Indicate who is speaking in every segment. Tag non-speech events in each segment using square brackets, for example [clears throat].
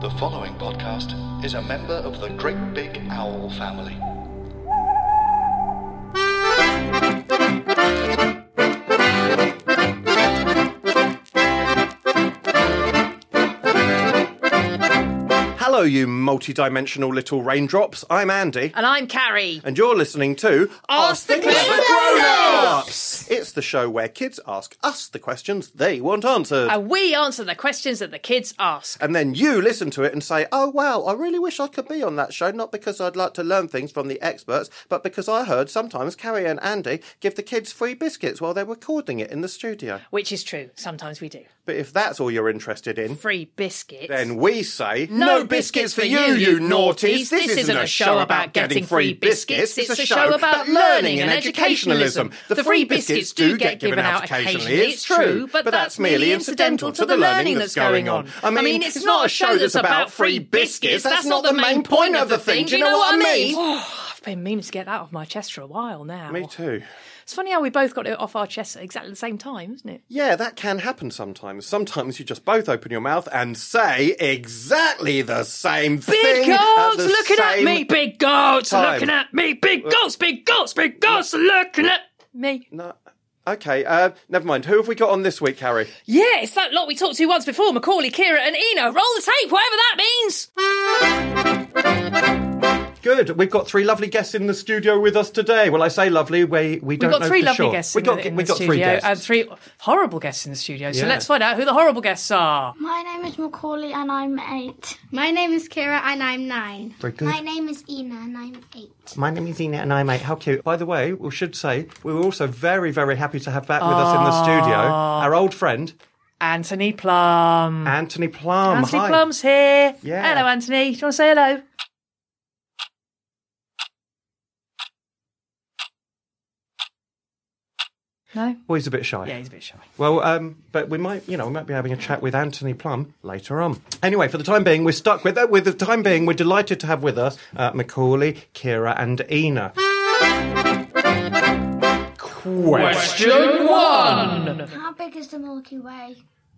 Speaker 1: The following podcast is a member of the Great Big Owl family.
Speaker 2: Hello, you multi-dimensional little raindrops. I'm Andy,
Speaker 3: And I'm Carrie.
Speaker 2: and you're listening to
Speaker 3: Ask the Clever
Speaker 2: Grown-Ups. It's the show where kids ask us the questions they want answered,
Speaker 3: And we answer the questions that the kids ask.
Speaker 2: and then you listen to it and say, "Oh wow, I really wish I could be on that show, not because I'd like to learn things from the experts, but because I heard sometimes Carrie and Andy give the kids free biscuits while they're recording it in the studio."
Speaker 3: Which is true. Sometimes we do.
Speaker 2: But if that's all you're interested in,
Speaker 3: Free biscuits.
Speaker 2: Then we say, no, biscuits for you, you naughties. This, isn't, a show about getting free biscuits. It's a show about learning and educationalism. The free biscuits do get given out occasionally, it's true, but that's merely incidental to the learning that's going on. I mean, it's not a show that's about free biscuits. That's not the main point of the thing. Do you know what I mean? [sighs]
Speaker 3: Oh, I've been meaning to get that off my chest for a while now.
Speaker 2: Me too.
Speaker 3: It's funny how we both got it off our chests at exactly the same time, isn't it?
Speaker 2: Yeah, that can happen sometimes. Sometimes you just both open your mouth and say exactly the same
Speaker 3: Big
Speaker 2: thing.
Speaker 3: goats
Speaker 2: the
Speaker 3: looking at
Speaker 2: same
Speaker 3: me, big goats
Speaker 2: time.
Speaker 3: looking at me, big goats, big goats, big goats looking at me.
Speaker 2: No. Okay, uh, never mind. Who have we got on this week, Harry?
Speaker 3: Yeah, it's that lot we talked to once before Macaulay, Kira, and Eno. Roll the tape, whatever that means.
Speaker 2: Good. We've got three lovely guests in the studio with us today. Well, I say lovely. We we don't
Speaker 3: We've got
Speaker 2: know
Speaker 3: three
Speaker 2: for
Speaker 3: lovely
Speaker 2: sure.
Speaker 3: guests
Speaker 2: We
Speaker 3: in,
Speaker 2: got
Speaker 3: the, in
Speaker 2: we
Speaker 3: the
Speaker 2: got
Speaker 3: studio
Speaker 2: three guests.
Speaker 3: and three horrible guests in the studio. So
Speaker 2: Yeah.
Speaker 3: let's find out who the horrible guests are.
Speaker 4: My name is Macaulay and I'm eight.
Speaker 5: My name is Kira and I'm nine.
Speaker 2: Very good.
Speaker 4: My name is Ina and I'm eight.
Speaker 2: My name is Ina and I'm eight. How cute. By the way, we should say we were also very very happy to have back with us in the studio our old friend
Speaker 3: Anthony Plum.
Speaker 2: Anthony Plum.
Speaker 3: Anthony
Speaker 2: Hi.
Speaker 3: Plum's here.
Speaker 2: Oh, Yeah.
Speaker 3: Hello, Anthony. Do you want to say hello? No?
Speaker 2: Well, he's a bit shy.
Speaker 3: Yeah, he's a bit shy.
Speaker 2: Well, um, but we might, you know, we might be having a chat with Anthony Plum later on. Anyway, for the time being, we're stuck with that. With the time being, we're delighted to have with us uh, Macaulay, Kira, and Ina.
Speaker 3: Question one.
Speaker 4: How big is the Milky Way?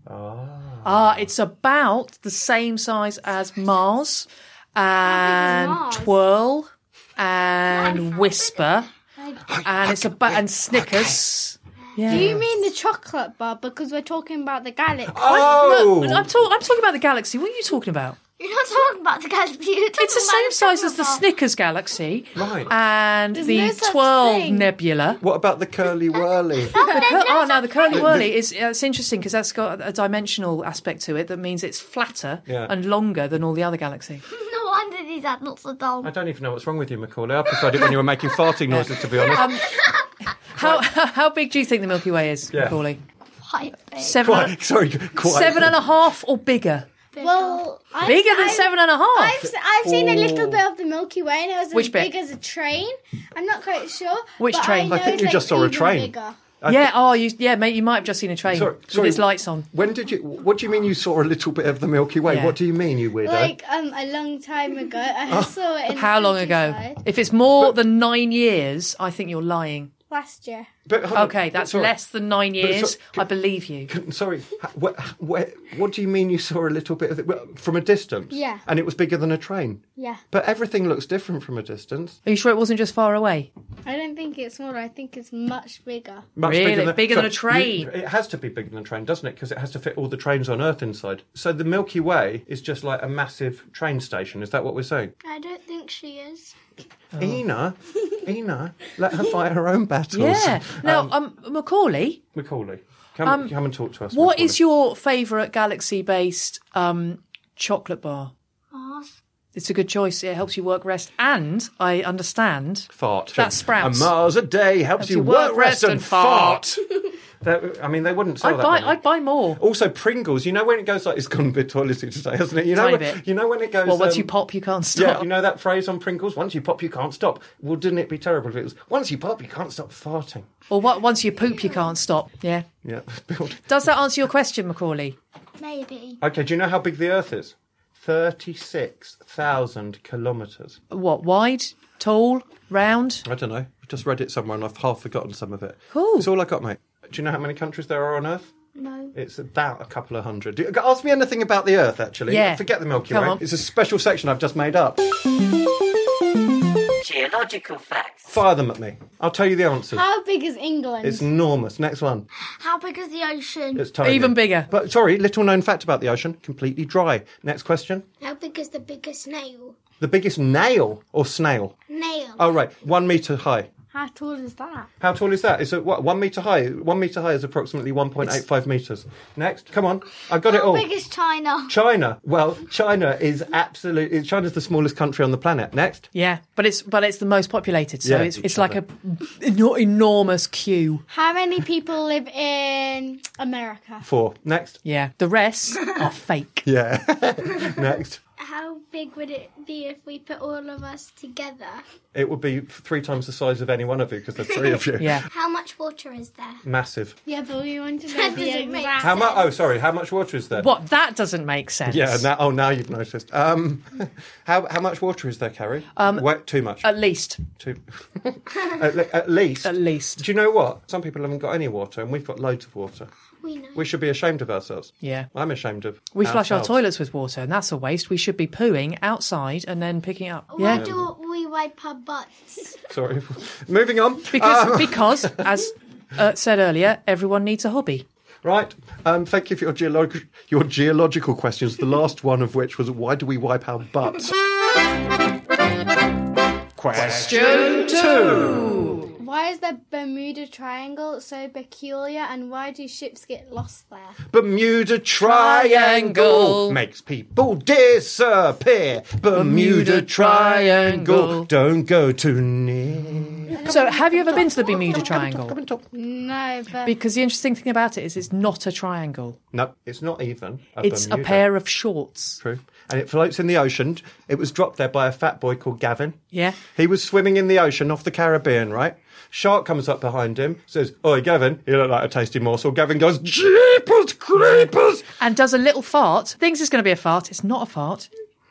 Speaker 3: Ah, it's about the same size as Mars and
Speaker 5: Mars?
Speaker 3: Twirl and Whisper
Speaker 4: Like,
Speaker 2: Oh,
Speaker 3: and it's about and Snickers. Yeah.
Speaker 5: Do you mean the chocolate bar? Because we're talking about the galaxy.
Speaker 2: Oh,
Speaker 3: Look, I'm, talk- I'm talking about the galaxy. What are you talking about?
Speaker 4: [laughs] you're not talking about the galaxy. You're talking
Speaker 3: It's the same
Speaker 4: about
Speaker 3: size as the
Speaker 4: chocolate
Speaker 3: Snickers galaxy,
Speaker 2: Right.
Speaker 3: And
Speaker 5: There's
Speaker 3: the
Speaker 5: no such
Speaker 3: Twirl
Speaker 5: thing.
Speaker 3: Nebula.
Speaker 2: what about the curly whirly?
Speaker 3: The cur- oh, now the curly whirly is uh, it's interesting because that's got a dimensional aspect to it that means it's flatter
Speaker 2: Yeah.
Speaker 3: and longer than all the other galaxies.
Speaker 4: bar. [laughs] No wonder these adults are
Speaker 2: I
Speaker 4: dumb.
Speaker 2: don't even know what's wrong with you, Macaulay. I preferred it when you were making farting noises, to be honest.
Speaker 3: Um,
Speaker 2: [laughs]
Speaker 3: How [laughs] how big do you think the Milky Way is,
Speaker 2: Yeah.
Speaker 3: Macaulay?
Speaker 4: Quite big.
Speaker 3: Seven,
Speaker 2: Quite- sorry, quite.
Speaker 3: seven and a half or bigger?
Speaker 5: Well, I've,
Speaker 3: Bigger than
Speaker 5: I've-
Speaker 3: seven and a half.
Speaker 5: I've, se- I've seen a little bit of the Milky Way and it was
Speaker 3: Which
Speaker 5: as
Speaker 3: bit?
Speaker 5: big as a train. I'm not quite sure.
Speaker 3: Which
Speaker 5: but
Speaker 3: train?
Speaker 5: I,
Speaker 3: I
Speaker 5: know
Speaker 2: think
Speaker 5: it's,
Speaker 2: you
Speaker 5: like,
Speaker 2: just saw a
Speaker 5: even
Speaker 2: train.
Speaker 5: Bigger.
Speaker 3: yeah. Oh, you, yeah, mate. You might have just seen a train
Speaker 2: Sorry,
Speaker 3: with
Speaker 2: sorry.
Speaker 3: its lights on.
Speaker 2: When did you? What do you mean you saw a little bit of the Milky Way?
Speaker 3: Yeah.
Speaker 2: What do you mean, you Oh. weirdo?
Speaker 5: Like um, a long time ago. I saw it in the
Speaker 3: How long ago?
Speaker 5: countryside
Speaker 3: If it's more than nine years, I think you're lying.
Speaker 5: Last year.
Speaker 2: But hold on,
Speaker 3: Okay,
Speaker 2: but
Speaker 3: that's
Speaker 2: sorry.
Speaker 3: less than nine
Speaker 2: But so-
Speaker 3: years. I believe you.
Speaker 2: [clears throat] Sorry, ha- wh- ha- wh- what do you mean you saw a little bit of it well, from a distance?
Speaker 5: Yeah.
Speaker 2: And it was bigger than a train?
Speaker 5: Yeah.
Speaker 2: But everything looks different from a distance.
Speaker 3: Are you sure it wasn't just far away?
Speaker 5: I don't think it's smaller. I think it's much bigger.
Speaker 2: Much
Speaker 3: Really? Bigger than a
Speaker 2: you-
Speaker 3: train?
Speaker 2: it has to be bigger than a train, doesn't it? Because it has to fit all the trains on Earth inside. So the Milky Way is just like a massive train station. Is that what we're saying?
Speaker 4: I don't think she is.
Speaker 3: Oh. [laughs]
Speaker 2: Ina, Ina, let her fight her own battles.
Speaker 3: Yeah. Now, um, Macaulay,
Speaker 2: Macaulay, come, come and talk to us.
Speaker 3: what
Speaker 2: Macaulay.
Speaker 3: is your favourite galaxy-based um, chocolate bar?
Speaker 4: Mars.
Speaker 3: It's a good choice. It helps you work rest, and I understand
Speaker 2: fart?
Speaker 3: That's Sprouts.
Speaker 2: A Mars a day helps, you work, rest, and fart. [laughs] That- I mean, they wouldn't sell
Speaker 3: I'd
Speaker 2: that.
Speaker 3: buy.
Speaker 2: would they?
Speaker 3: I'd buy more.
Speaker 2: Also, Pringles. You know when it goes like it's gone a bit toiletty today, hasn't it? You know,
Speaker 3: Tiny
Speaker 2: when,
Speaker 3: bit.
Speaker 2: you know when it goes.
Speaker 3: Well, once
Speaker 2: um,
Speaker 3: you pop, you can't
Speaker 2: Yeah,
Speaker 3: stop.
Speaker 2: you know that phrase on Pringles. Once you pop, you can't stop. Well, didn't it be terrible if it was once you pop, you can't stop farting?
Speaker 3: Or what? Once you poop, you can't stop. Yeah.
Speaker 2: Yeah. [laughs] build-
Speaker 3: Does that answer your question, Macaulay?
Speaker 4: Maybe.
Speaker 2: okay. Do you know how big the Earth is? Thirty-six thousand kilometers.
Speaker 3: What? Wide, tall, round?
Speaker 2: I don't know. I just read it somewhere and I've half forgotten some of it.
Speaker 3: Cool.
Speaker 2: It's all I got, mate. Do you know how many countries there are on Earth?
Speaker 4: No.
Speaker 2: It's about a couple of hundred. Do- Ask me anything about the Earth, actually.
Speaker 3: Yeah.
Speaker 2: Forget the Milky
Speaker 3: Come
Speaker 2: Way.
Speaker 3: on.
Speaker 2: It's a special section I've just made up.
Speaker 6: Geological facts.
Speaker 2: Fire them at me. I'll tell you the answers.
Speaker 5: How big is England?
Speaker 2: It's enormous. Next one.
Speaker 4: How big is the ocean?
Speaker 2: It's tiny.
Speaker 3: Even bigger.
Speaker 2: But sorry, little known fact about the ocean. Completely dry. Next question.
Speaker 4: How big is the biggest snail?
Speaker 2: The biggest nail or snail?
Speaker 4: Nail.
Speaker 2: Oh, right. One metre high.
Speaker 5: How tall is that?
Speaker 2: How tall is that? Is it what? One metre high? One metre high is approximately 1.85 metres. Next. Come on. I've got it
Speaker 4: How
Speaker 2: all.
Speaker 4: big is China?
Speaker 2: China. Well, China is absolutely. China's the smallest country on the planet. Next.
Speaker 3: Yeah, but it's but it's the most populated, so
Speaker 2: Yeah,
Speaker 3: it's
Speaker 2: each
Speaker 3: it's like a eno- enormous queue.
Speaker 5: How many people live in America?
Speaker 2: Four. Next.
Speaker 3: Yeah, the rest
Speaker 2: [laughs]
Speaker 3: are fake.
Speaker 2: Yeah. Next.
Speaker 4: How big would it be if we put all of us together?
Speaker 2: It would be three times the size of any one of you because there's three of you.
Speaker 3: Yeah,
Speaker 4: How much water is there?
Speaker 2: Massive.
Speaker 5: Yeah, but we want to know the
Speaker 4: doesn't make
Speaker 5: exact.
Speaker 2: How much? Oh, sorry. How much water is there?
Speaker 3: what that doesn't make sense.
Speaker 2: Yeah. Now, oh, now you've noticed. Um, [laughs] how how much water is there, Carrie? Um, Wet, too much.
Speaker 3: at least
Speaker 2: too. [laughs] at, le- at least.
Speaker 3: at least.
Speaker 2: Do you know what? Some people haven't got any water, and we've got loads of water.
Speaker 4: We know.
Speaker 2: We should be ashamed of ourselves.
Speaker 3: Yeah.
Speaker 2: I'm ashamed of.
Speaker 3: We flush our
Speaker 2: ourselves.
Speaker 3: toilets with water, and that's a waste. We should be pooing outside and then picking it up.
Speaker 4: Why
Speaker 3: Yeah,
Speaker 4: do we wipe our butts?
Speaker 2: Sorry. [laughs] Moving on.
Speaker 3: because
Speaker 2: Oh.
Speaker 3: because as uh, said earlier, everyone needs a hobby.
Speaker 2: Right. Um, thank you for your, geolog- your geological questions, the last one of which was why do we wipe our butts? Question two.
Speaker 5: Why is the Bermuda Triangle so peculiar and why do ships get lost there?
Speaker 2: Bermuda Triangle
Speaker 3: Triangle.
Speaker 2: makes people disappear. Bermuda Triangle,
Speaker 3: Triangle.
Speaker 2: don't go too near.
Speaker 3: So, have you ever been to the Bermuda Triangle?
Speaker 2: Come and talk.
Speaker 5: No, but
Speaker 3: Because the interesting thing about it is, it's not a triangle.
Speaker 2: No, it's not even. A
Speaker 3: It's a
Speaker 2: Bermuda.
Speaker 3: pair of shorts.
Speaker 2: True. And it floats in the ocean. It was dropped there by a fat boy called Gavin.
Speaker 3: Yeah.
Speaker 2: He was swimming in the ocean off the Caribbean, right? Shark comes up behind him, says, Oi, Gavin, you look like a tasty morsel. Gavin goes, Jeepers, creepers!
Speaker 3: and does a little fart, thinks it's going to be a fart. It's not a fart.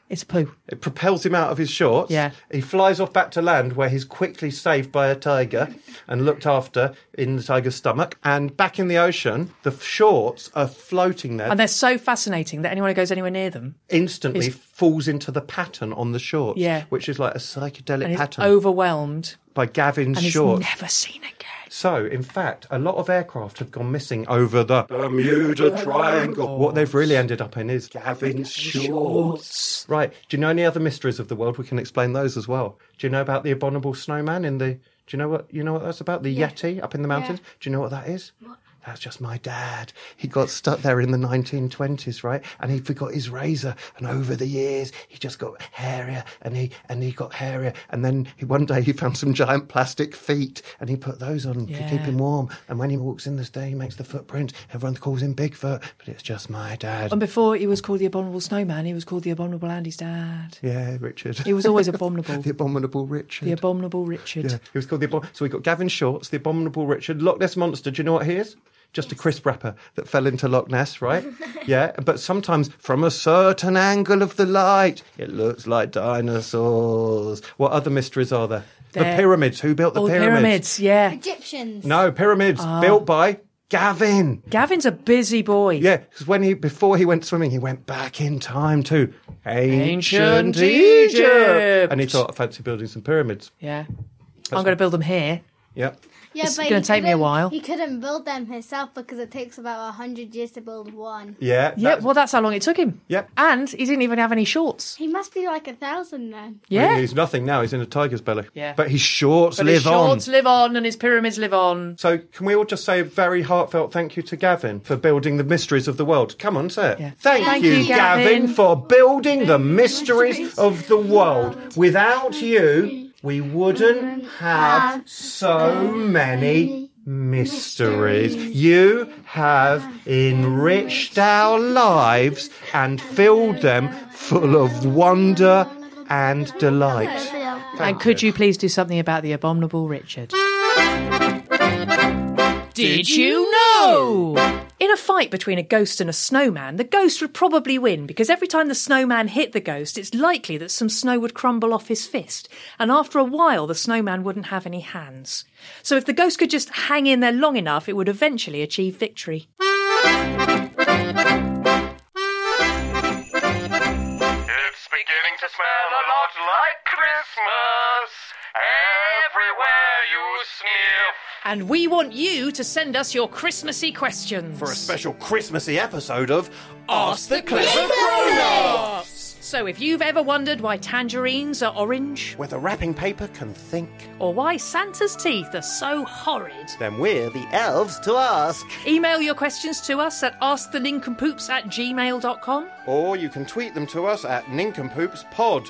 Speaker 3: It's a poo.
Speaker 2: It propels him out of his shorts.
Speaker 3: Yeah.
Speaker 2: He flies off back to land where he's quickly saved by a tiger and looked after in the tiger's stomach. And back in the ocean, the shorts are floating there,
Speaker 3: And they're so fascinating that anyone who goes anywhere near them
Speaker 2: instantly
Speaker 3: It's-
Speaker 2: falls into the pattern on the shorts,
Speaker 3: Yeah.
Speaker 2: which is like a psychedelic
Speaker 3: and is
Speaker 2: pattern
Speaker 3: overwhelmed
Speaker 2: by Gavin's
Speaker 3: and
Speaker 2: shorts.
Speaker 3: is never seen again.
Speaker 2: So, in fact, a lot of aircraft have gone missing over the Bermuda Triangle. What they've really ended up in is Gavin's shorts. Right. Do you know any other mysteries of the world? We can explain those as well. Do you know about the abominable snowman in the? Do you know what you know what that's about? The Yeti up in the mountains. Do you know what that is? That's just my dad. He got stuck there in the 1920s, right? And he forgot his razor. And over the years, he just got hairier and he, and he got hairier. And then he, one day he found some giant plastic feet and he put those on to keep
Speaker 3: Yeah.
Speaker 2: him warm. And when he walks in this day, he makes the footprints. Everyone calls him Bigfoot, but it's just my dad.
Speaker 3: And before he was called the Abominable Snowman, he was called the Abominable Andy's dad.
Speaker 2: yeah, Richard. [laughs]
Speaker 3: He was always abominable.
Speaker 2: the abominable Richard.
Speaker 3: the Abominable Richard.
Speaker 2: yeah, he was called the Abom- So we got Gavin Shorts, the Abominable Richard, Loch Ness Monster. Do you know what he is? Just a crisp wrapper that fell into Loch Ness,
Speaker 3: [laughs]
Speaker 2: right? yeah, but sometimes from a certain angle of the light, it looks like dinosaurs. What other mysteries are there?
Speaker 3: They're-
Speaker 2: the pyramids. Who built the
Speaker 3: Oh, the
Speaker 2: pyramids?
Speaker 3: pyramids. Ah. Yeah.
Speaker 5: Egyptians.
Speaker 2: No, pyramids built by Gavin.
Speaker 3: Gavin's a busy boy.
Speaker 2: Yeah, because when he before he went swimming, he went back in time to ancient,
Speaker 3: Ancient
Speaker 2: Egypt.
Speaker 3: Egypt.
Speaker 2: and he thought, I fancy building some pyramids.
Speaker 3: Yeah. I'm going to build them here.
Speaker 2: Yep.
Speaker 5: Yeah,
Speaker 3: It's
Speaker 5: but
Speaker 3: gonna
Speaker 5: he
Speaker 3: take me a
Speaker 5: couldn't-
Speaker 3: while.
Speaker 5: He couldn't build them himself because it takes about hundred years to build one.
Speaker 2: Yeah.
Speaker 3: Yeah,
Speaker 2: that's-
Speaker 3: well, that's how long it took him.
Speaker 2: Yep.
Speaker 3: And he didn't even have any shorts.
Speaker 5: He must be like a thousand then.
Speaker 2: I mean,
Speaker 3: Yeah.
Speaker 2: he's nothing now. He's in a tiger's belly.
Speaker 3: Yeah.
Speaker 2: But his shorts
Speaker 3: But
Speaker 2: live
Speaker 3: his shorts
Speaker 2: on.
Speaker 3: live on and his pyramids live on.
Speaker 2: so can we all just say a very heartfelt thank you to Gavin for building the mysteries of the world? Come on, say it.
Speaker 3: Yeah.
Speaker 2: Thank,
Speaker 3: Thank
Speaker 2: you,
Speaker 3: you,
Speaker 2: Gavin,
Speaker 3: Gavin.
Speaker 2: for building the mysteries of the world. Without you, we wouldn't have so many mysteries. You have enriched our lives and filled them full of wonder and delight.
Speaker 3: and could you please do something about the abominable Richard? Did you know? In a fight between a ghost and a snowman, the ghost would probably win because every time the snowman hit the ghost, it's likely that some snow would crumble off his fist, and after a while, the snowman wouldn't have any hands. So if the ghost could just hang in there long enough, it would eventually achieve victory.
Speaker 6: It's beginning to smell a lot like Christmas. Everywhere you sniff.
Speaker 3: And we want you to send us your Christmassy questions
Speaker 2: For a special Christmassy episode of
Speaker 3: Ask the Clever Grown-Ups. So if you've ever wondered why tangerines are orange,
Speaker 2: Whether wrapping paper can think,
Speaker 3: or why Santa's teeth are so horrid,
Speaker 2: then we're the elves to ask.
Speaker 3: email your questions to us at askthelincompoops at gmail.com.
Speaker 2: Or you can tweet them to us at nincompoopspod.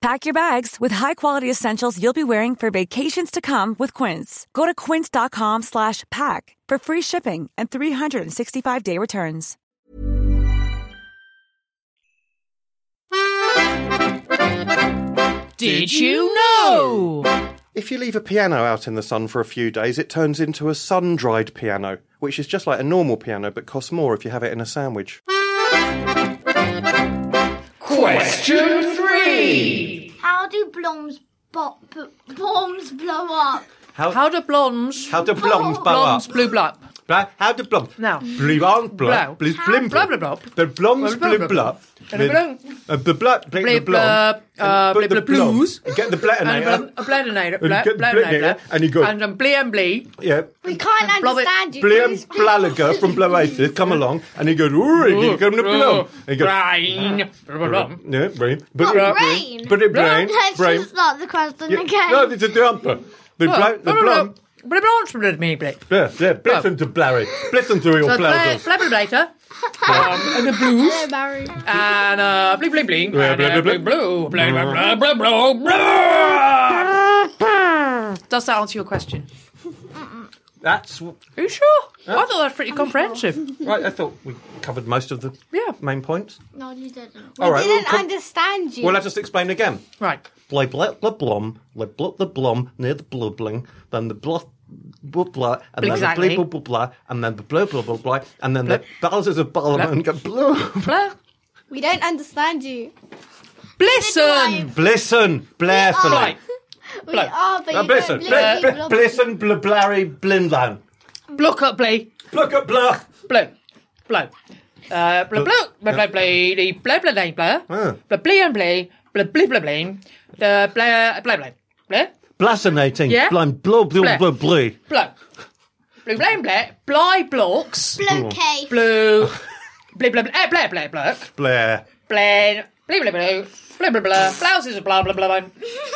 Speaker 7: Pack your bags with high-quality essentials you'll be wearing for vacations to come with Quince. Go to quince.com slash pack for free shipping and 365-day returns.
Speaker 3: Did you know?
Speaker 2: If you leave a piano out in the sun for a few days, it turns into a sun dried piano, which is just like a normal piano but costs more if you have it in a sandwich.
Speaker 6: Question three.
Speaker 4: How do blooms bo- b- bombs blow up?
Speaker 3: How do blondes,
Speaker 2: How do blondes blow
Speaker 3: blondes
Speaker 2: up?
Speaker 3: blue blood?
Speaker 2: Bla- how do blum?
Speaker 3: Now.
Speaker 2: Blue on
Speaker 3: Blow.
Speaker 2: blum. Blue blim
Speaker 3: Blah,
Speaker 2: blum.
Speaker 3: blah, blah.
Speaker 2: The blums
Speaker 3: Blah, blah,
Speaker 2: blue
Speaker 3: blah.
Speaker 2: blub.
Speaker 3: And a blum.
Speaker 2: The blub.
Speaker 3: Blip, blub, uh, blip, blub, blues.
Speaker 2: Get the blatinator.
Speaker 3: And a bladinator,
Speaker 2: uh, And you go-
Speaker 3: bladinator,
Speaker 2: and you go-
Speaker 3: and um, blee and blee.
Speaker 2: Yeah.
Speaker 4: We can't
Speaker 3: Blob it.
Speaker 4: understand you.
Speaker 2: Blum
Speaker 4: Please-
Speaker 2: Blalager from Bloasis come along and he goes, Ooh, you come to
Speaker 4: Mm,
Speaker 2: Blum. And he goes,
Speaker 3: Brain. Blah, blah, blah.
Speaker 2: Yeah, brain. But
Speaker 4: Not brain.
Speaker 2: But it brain.
Speaker 4: Let's
Speaker 2: Brain.
Speaker 4: just start the question
Speaker 2: Yeah,
Speaker 4: again.
Speaker 2: No, it's a dumper. The, bla- the
Speaker 3: Blah, blah, blah.
Speaker 2: blum.
Speaker 3: Blah, blondes blow me, blah.
Speaker 2: Yeah, yeah, bless
Speaker 3: Oh.
Speaker 2: him to Blarry. Bless him to your
Speaker 3: So
Speaker 2: blazers.
Speaker 3: Flabbergator. Um, and the blues. And uh, bling bling bling.
Speaker 2: Yeah,
Speaker 3: and,
Speaker 2: bling,
Speaker 3: uh,
Speaker 2: bling,
Speaker 3: blue, bling, blah, blah, blah, blah, blah. Does that answer your question?
Speaker 2: That's w-
Speaker 3: Are you sure? I thought that was pretty comprehensive.
Speaker 2: right. I thought we covered most of the
Speaker 3: Yeah.
Speaker 2: main points.
Speaker 4: No, you didn't.
Speaker 2: All right.
Speaker 5: Didn't
Speaker 2: well, come-
Speaker 5: understand you.
Speaker 2: well, I just explain again.
Speaker 3: Right.
Speaker 2: Play bla bla blom, bla bla the blom near the blubbling, then the bluff blah blah, and then
Speaker 8: Exactly.
Speaker 2: the blah blah blah blah, and then the blah blah blah blah, and then the Bowser's of Parliament go blah.
Speaker 3: Blah.
Speaker 5: We don't understand you.
Speaker 3: Blisson!
Speaker 2: Blisson, blarefully.
Speaker 5: Right. We are, but
Speaker 2: Uh,
Speaker 5: you
Speaker 2: Blisson,
Speaker 5: don't
Speaker 2: bl-
Speaker 5: blink,
Speaker 2: bl-
Speaker 5: you
Speaker 2: blisson, bl- blary, blindlan.
Speaker 3: Block up, Blee.
Speaker 2: Block up, block.
Speaker 3: Blow. Blow. Uh, blah, blah, blah, blah, blah, blah, blah, blah, blah, blah, blah, blee and blee, blah, blee, blah, blee, blah, blah, blah, blah, blah,
Speaker 2: Blasinating,
Speaker 3: Yeah.
Speaker 2: blind, blah blah
Speaker 3: Blah.
Speaker 2: blah blah.
Speaker 3: blow. Blue, blue, and blue, bly blocks.
Speaker 2: Blue
Speaker 5: cave.
Speaker 3: Blue. Blue, blue, blue, eh, blue, blue, blue.
Speaker 2: Blair.
Speaker 3: Blue, blue, blue, blue. Blue, blue, blue. Blouses are blah, blah, blah, blah.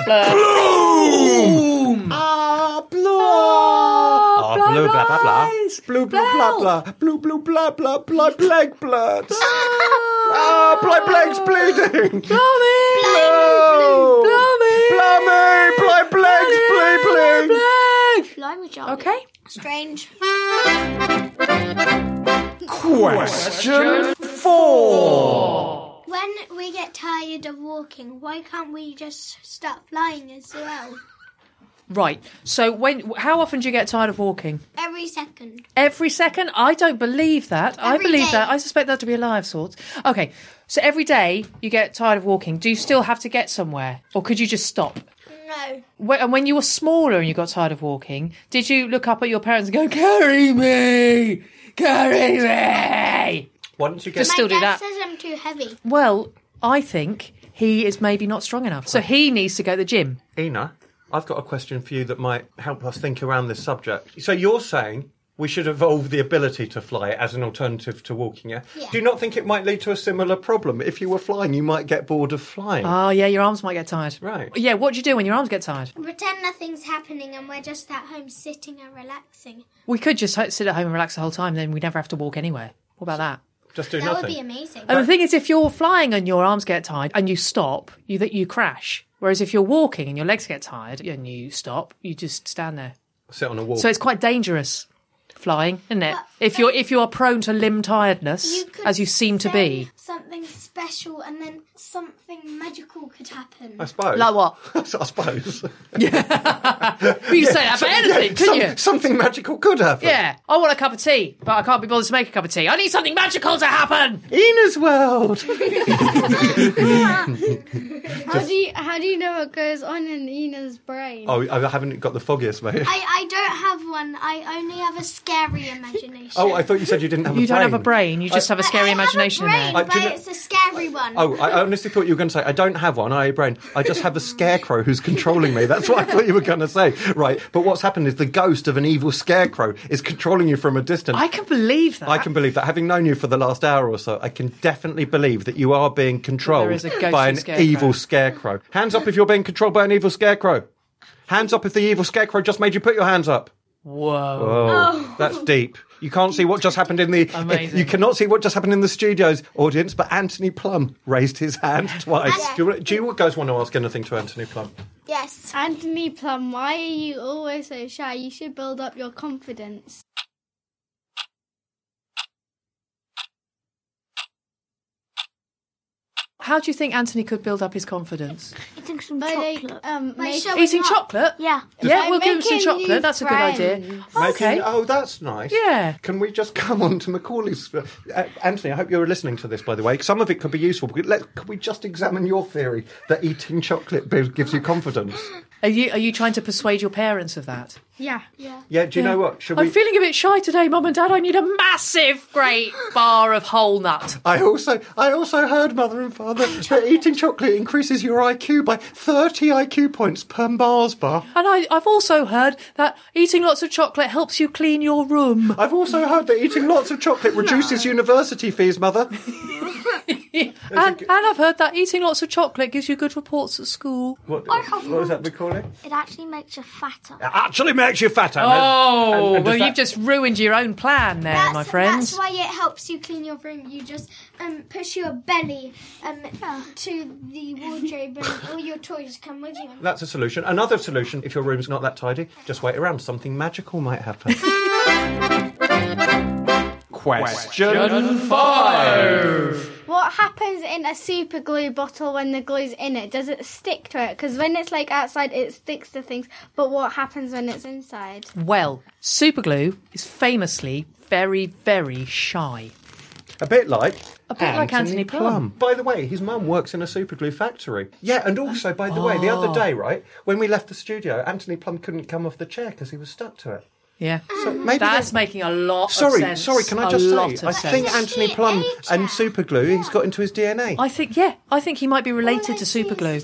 Speaker 3: Blah.
Speaker 2: Boom!
Speaker 3: Ah,
Speaker 2: Ah, blah, blah, blah, blah. Blah, blah, blah, blah. Blah, blah, blah, blah, blah, blank blood. Ah, blank, blank's bleeding. No. Blimey, blank, blank's bleeding.
Speaker 4: Blimey, John.
Speaker 3: Okay.
Speaker 4: Strange.
Speaker 2: Question four.
Speaker 4: When we get tired of walking, why can't we just start flying as well?
Speaker 3: Right. So when? How often do you get tired of walking?
Speaker 4: Every second.
Speaker 3: Every second? I don't believe that. I
Speaker 4: Every
Speaker 3: believe
Speaker 4: day.
Speaker 3: that. I suspect that to be a lie of sorts. Okay. So every day you get tired of walking. Do you still have to get somewhere, or could you just stop?
Speaker 4: No.
Speaker 3: Wh- And when you were smaller and you got tired of walking, did you look up at your parents and go, "Carry me, carry me"?
Speaker 2: Why don't you
Speaker 3: Just still do that.
Speaker 4: says I'm too heavy.
Speaker 3: Well, I think he is maybe not strong enough, so he needs to go to the gym.
Speaker 2: Ina, I've got a question for you that might help us think around this subject. So you're saying we should evolve the ability to fly as an alternative to walking, yeah? Do you not think it might lead to a similar problem? If you were flying, you might get bored of flying.
Speaker 3: Oh yeah, your arms might get tired.
Speaker 2: Right.
Speaker 3: Yeah. What do you do when your arms get tired?
Speaker 4: Pretend nothing's happening and we're just at home sitting and relaxing.
Speaker 3: We could just ho- sit at home and relax the whole time, then we never have to walk anywhere. What about that?
Speaker 2: Just do
Speaker 4: that
Speaker 2: nothing.
Speaker 4: would be amazing.
Speaker 3: And the thing is, if you're flying and your arms get tired and you stop, you that you crash. Whereas if you're walking and your legs get tired and you stop, you just stand there.
Speaker 2: Sit on a wall.
Speaker 3: So it's quite dangerous flying, isn't it? If you're if you are prone to limb tiredness,
Speaker 4: You could
Speaker 3: as you seem to be.
Speaker 4: Something special and then something magical could happen.
Speaker 2: I suppose. [laughs]
Speaker 3: Like what?
Speaker 2: I suppose.
Speaker 3: You can say that about anything,
Speaker 2: [laughs] yeah,
Speaker 3: could
Speaker 2: some-
Speaker 3: you?
Speaker 2: Something magical could happen.
Speaker 3: Yeah, I want a cup of tea, but I can't be bothered to make a cup of tea. I need something magical to happen.
Speaker 2: Ina's
Speaker 3: [laughs]
Speaker 2: world.
Speaker 5: How do you how do you know what goes on in Ina's brain?
Speaker 2: Oh, I haven't got the foggiest, mate.
Speaker 4: I, I don't have one. I only have a scary imagination.
Speaker 2: Oh, I thought you said you didn't have
Speaker 3: You
Speaker 2: a brain.
Speaker 3: don't have a brain. You just have a scary imagination in there.
Speaker 2: I- Uh, do
Speaker 4: but
Speaker 2: you know-
Speaker 4: it's a scary one.
Speaker 2: Oh, I honestly thought you were going to say, I don't have one, I have a brain. I just have a scarecrow who's controlling me. That's what I thought you were going to say. Right. But what's happened is the ghost of an evil scarecrow is controlling you from a distance.
Speaker 3: I can believe that.
Speaker 2: I can believe that. Having known you for the last hour or so, I can definitely believe that you are being controlled
Speaker 3: is a ghost
Speaker 2: by
Speaker 3: and
Speaker 2: an
Speaker 3: scarecrow.
Speaker 2: evil scarecrow. Hands up if you're being controlled by an evil scarecrow. Hands up if the evil scarecrow just made you put your hands up.
Speaker 3: Whoa.
Speaker 2: Oh, that's deep. You can't see what just happened in the.
Speaker 3: Amazing.
Speaker 2: You cannot see what just happened in the studio's audience, but Anthony Plum raised his hand twice. Do, you, do you guys want to ask anything to Anthony Plum?
Speaker 4: Yes.
Speaker 5: Anthony Plum, why are you always so shy? You should build up your confidence.
Speaker 3: How do you think Anthony could build up his confidence?
Speaker 4: Eating some
Speaker 5: By like um
Speaker 4: By
Speaker 5: make-
Speaker 4: showing
Speaker 3: Eating
Speaker 4: up.
Speaker 3: chocolate?
Speaker 4: Yeah.
Speaker 3: Yeah,
Speaker 5: By
Speaker 3: we'll give him some
Speaker 5: making new
Speaker 3: chocolate. That's a good idea.
Speaker 5: friends.
Speaker 3: Okay.
Speaker 2: Making- oh, that's nice.
Speaker 3: Yeah.
Speaker 2: Can we just come on to Macaulay's? Uh, Anthony, I hope you're listening to this, by the way. Some of it could be useful. But let, could we just examine your theory that eating chocolate bi- gives you confidence?
Speaker 3: Are you are you trying to persuade your parents of that?
Speaker 5: Yeah.
Speaker 2: Yeah. Do you know what? Should
Speaker 3: I'm
Speaker 2: we?
Speaker 3: feeling a bit shy today, Mum and Dad. I need a massive,
Speaker 2: [gasps]
Speaker 3: great bar of whole nut.
Speaker 2: I also I also heard mother and father that eating chocolate increases your IQ by 30 IQ points per Mars bar.
Speaker 3: And I, I've also heard that eating lots of chocolate helps you clean your room. [laughs]
Speaker 2: I've also heard that eating lots of chocolate reduces university fees, mother.
Speaker 3: And, and I've heard that eating lots of chocolate gives you good reports at school.
Speaker 2: What,
Speaker 4: I have
Speaker 2: what was
Speaker 4: not.
Speaker 2: that we call it?
Speaker 4: It actually makes you fatter.
Speaker 2: It actually makes you fatter. and-
Speaker 3: Oh,
Speaker 2: and- and does
Speaker 3: well,
Speaker 2: that-
Speaker 3: you've just ruined your own plan there,
Speaker 4: That's,
Speaker 3: my friends.
Speaker 4: that's why it helps you clean your room. You just um, push your belly um, to the wardrobe and all your toys come with you.
Speaker 2: That's a solution. Another solution, if your room's not that tidy, just wait around. Something magical might happen. Question
Speaker 9: five.
Speaker 5: What happens in a super glue bottle when the glue's in it? Does it stick to it? Because when it's like outside, it sticks to things. But what happens when it's inside?
Speaker 3: Well, superglue is famously very, very shy.
Speaker 2: A bit like.
Speaker 3: A bit like Anthony Plum.
Speaker 2: By the way, his mum works in a superglue factory. Yeah, and also, by the way, the
Speaker 3: Oh.
Speaker 2: other day, right, when we left the studio, Anthony Plum couldn't come off the chair because he was stuck to it.
Speaker 3: Yeah.
Speaker 2: So maybe
Speaker 3: That's
Speaker 2: they-
Speaker 3: making a lot
Speaker 2: Sorry,
Speaker 3: of sense.
Speaker 2: sorry, can I
Speaker 3: A
Speaker 2: just
Speaker 3: lot
Speaker 2: say,
Speaker 3: of
Speaker 2: I think
Speaker 3: sense.
Speaker 2: Anthony Plum and superglue, he's got into his DNA.
Speaker 3: I think, yeah, I think he might be related to superglue.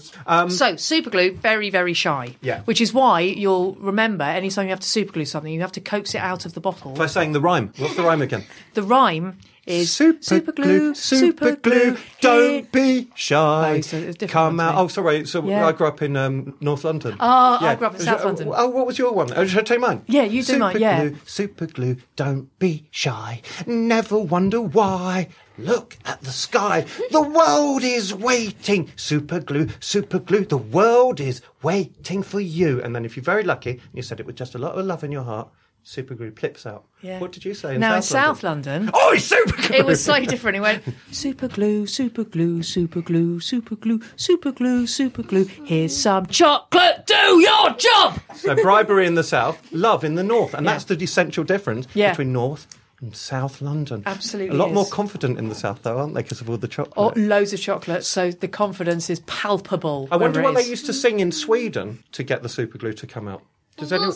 Speaker 3: so, superglue, very, very shy.
Speaker 2: Um, Yeah.
Speaker 3: Which is why you'll remember anytime you have to superglue something, you have to coax it out of the bottle.
Speaker 2: By saying the rhyme. What's the rhyme again?
Speaker 3: The rhyme is
Speaker 2: Super glue, super glue, don't be shy. Come out. Oh, sorry. So
Speaker 3: Yeah.
Speaker 2: I grew up in um, North London.
Speaker 3: Oh, I grew up in South
Speaker 2: Uh,
Speaker 3: London.
Speaker 2: Oh, what was your one? Uh, Should I take mine?
Speaker 3: Yeah, you do
Speaker 2: super
Speaker 3: mine, yeah.
Speaker 2: Glue, super glue, don't be shy. Never wonder why. Look at the sky. The world is waiting. Super glue, super glue, the world is waiting for you. And then if you're very lucky, and you said it with just a lot of love in your heart, super glue plips out.
Speaker 3: Yeah.
Speaker 2: What did you say? In
Speaker 3: now
Speaker 2: South
Speaker 3: in
Speaker 2: London?
Speaker 3: South London.
Speaker 2: [laughs] Oh, it's superglue!
Speaker 3: It was so different. It went super glue, super glue, super glue, super glue, super glue, super glue. Here's some chocolate. Do your job.
Speaker 2: So bribery in the south, love in the north, and that's the essential difference
Speaker 3: Yeah.
Speaker 2: between north and South London.
Speaker 3: Absolutely
Speaker 2: a lot
Speaker 3: is.
Speaker 2: more confident in the south, though, aren't they? Because of all the chocolate.
Speaker 3: Oh, loads of chocolate. So the confidence is palpable.
Speaker 2: I wonder
Speaker 3: wherever
Speaker 2: what
Speaker 3: it
Speaker 2: they
Speaker 3: is.
Speaker 2: used to sing in Sweden to get the superglue to come out. Does anyone?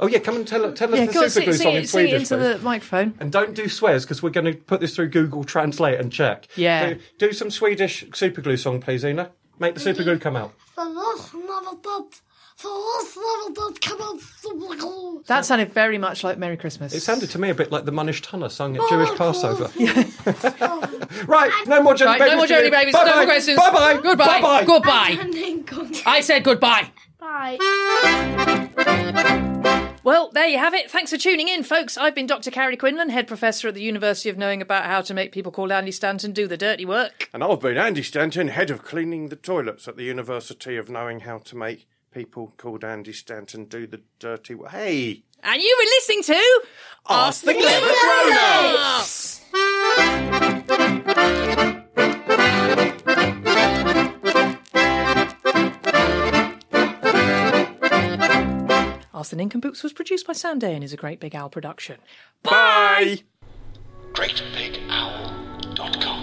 Speaker 2: Oh yeah, come and tell, tell us
Speaker 3: Yeah,
Speaker 2: the
Speaker 3: go on,
Speaker 2: superglue
Speaker 3: sing, sing,
Speaker 2: song in
Speaker 3: it, sing it
Speaker 2: Swedish.
Speaker 3: into
Speaker 2: please.
Speaker 3: the microphone.
Speaker 2: And don't do swears because we're going to put this through Google Translate and check.
Speaker 3: Yeah.
Speaker 2: So do some Swedish superglue song, please, Ina. Make the superglue come out.
Speaker 3: That sounded very much like Merry Christmas.
Speaker 2: It sounded to me a bit like the Munish Tunner sung at Jewish Passover. [laughs] right, no more jelly
Speaker 3: Right,
Speaker 2: babies.
Speaker 3: no more
Speaker 2: to
Speaker 3: jelly
Speaker 2: you.
Speaker 3: babies.
Speaker 2: Bye-bye.
Speaker 3: No more questions.
Speaker 2: Bye-bye.
Speaker 3: Goodbye.
Speaker 2: Bye-bye.
Speaker 3: Goodbye. I said goodbye.
Speaker 5: Bye.
Speaker 3: Well, there you have it. Thanks for tuning in, folks. I've been Dr. Carrie Quinlan, head professor at the University of Knowing about how to make people call Andy Stanton do the dirty work.
Speaker 10: And I've been Andy Stanton, head of cleaning the toilets at the University of Knowing How to Make People Called Andy Stanton Do the Dirty Work. Hey!
Speaker 3: And you were listening to
Speaker 10: Ask the Clever Grown-Ups!
Speaker 3: Ask the Nincompoops was produced by Sam Day and is a Great Big Owl production.
Speaker 10: Bye!
Speaker 1: GreatBigOwl.com.